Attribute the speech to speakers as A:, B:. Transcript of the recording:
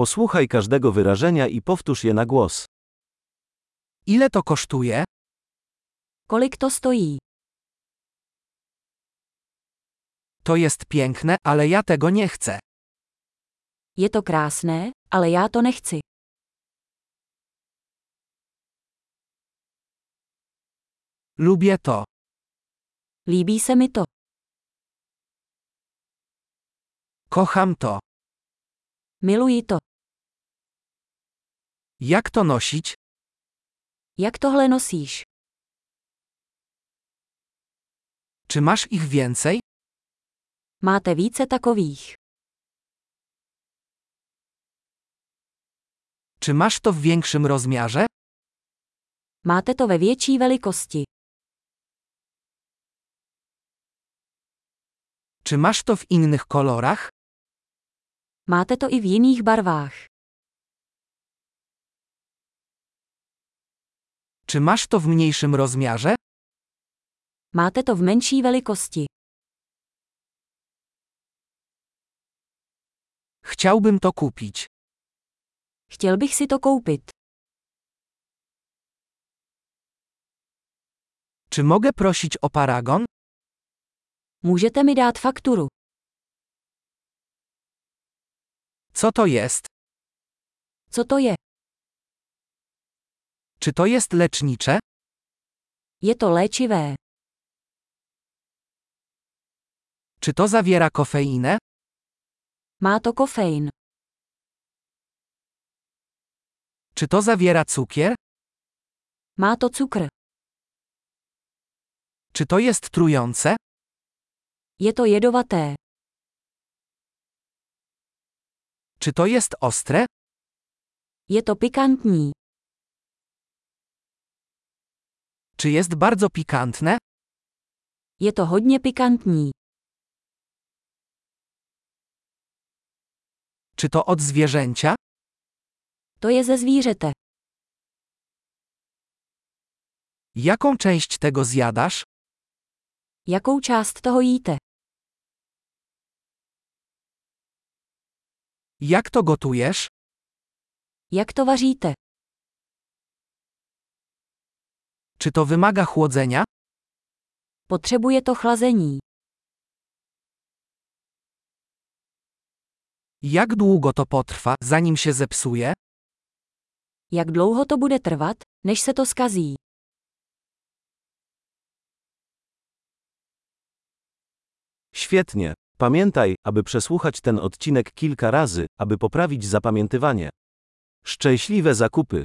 A: Posłuchaj każdego wyrażenia i powtórz je na głos.
B: Ile to kosztuje?
C: Kolik to stojí?
B: To jest piękne, ale ja tego nie chcę.
C: Je to krásné, ale já to nechci.
B: Lubię to.
C: Líbí se mi to.
B: Kocham to.
C: Miluji to.
B: Jak to nosić?
C: Jak tohle nosíš?
B: Czy masz ich więcej?
C: Máte více takových.
B: Czy masz to w większym rozmiarze?
C: Máte to ve větší velikosti.
B: Czy masz to w innych kolorach?
C: Máte to i v jiných barvách.
B: Czy masz to w mniejszym rozmiarze?
C: Máte to v menší velikosti.
B: Chciałbym to kupić.
C: Chtěl bych si to koupit.
B: Czy mogę prosić o paragon?
C: Můžete mi dát fakturu.
B: Co to jest?
C: Co to je?
B: Czy to jest lecznicze?
C: Je to léčivé.
B: Czy to zawiera kofeinę?
C: Má to kofein.
B: Czy to zawiera cukier?
C: Má to cukr.
B: Czy to jest trujące?
C: Je to jedovaté.
B: Czy to jest ostre?
C: Je to pikantní.
B: Czy jest bardzo pikantne?
C: Je to hodně pikantní.
B: Czy to od zwierzęcia?
C: To je ze zvířete.
B: Jaką część tego zjadasz?
C: Jakou část toho jíte?
B: Jak to gotujesz?
C: Jak to vaříte?
B: Czy to wymaga chłodzenia?
C: Potřebuje to chlazení.
B: Jak długo to potrwa, zanim się zepsuje?
C: Jak dlouho to bude trvat, než se to skazí?
A: Świetnie. Pamiętaj, aby przesłuchać ten odcinek kilka razy, aby poprawić zapamiętywanie. Szczęśliwe zakupy.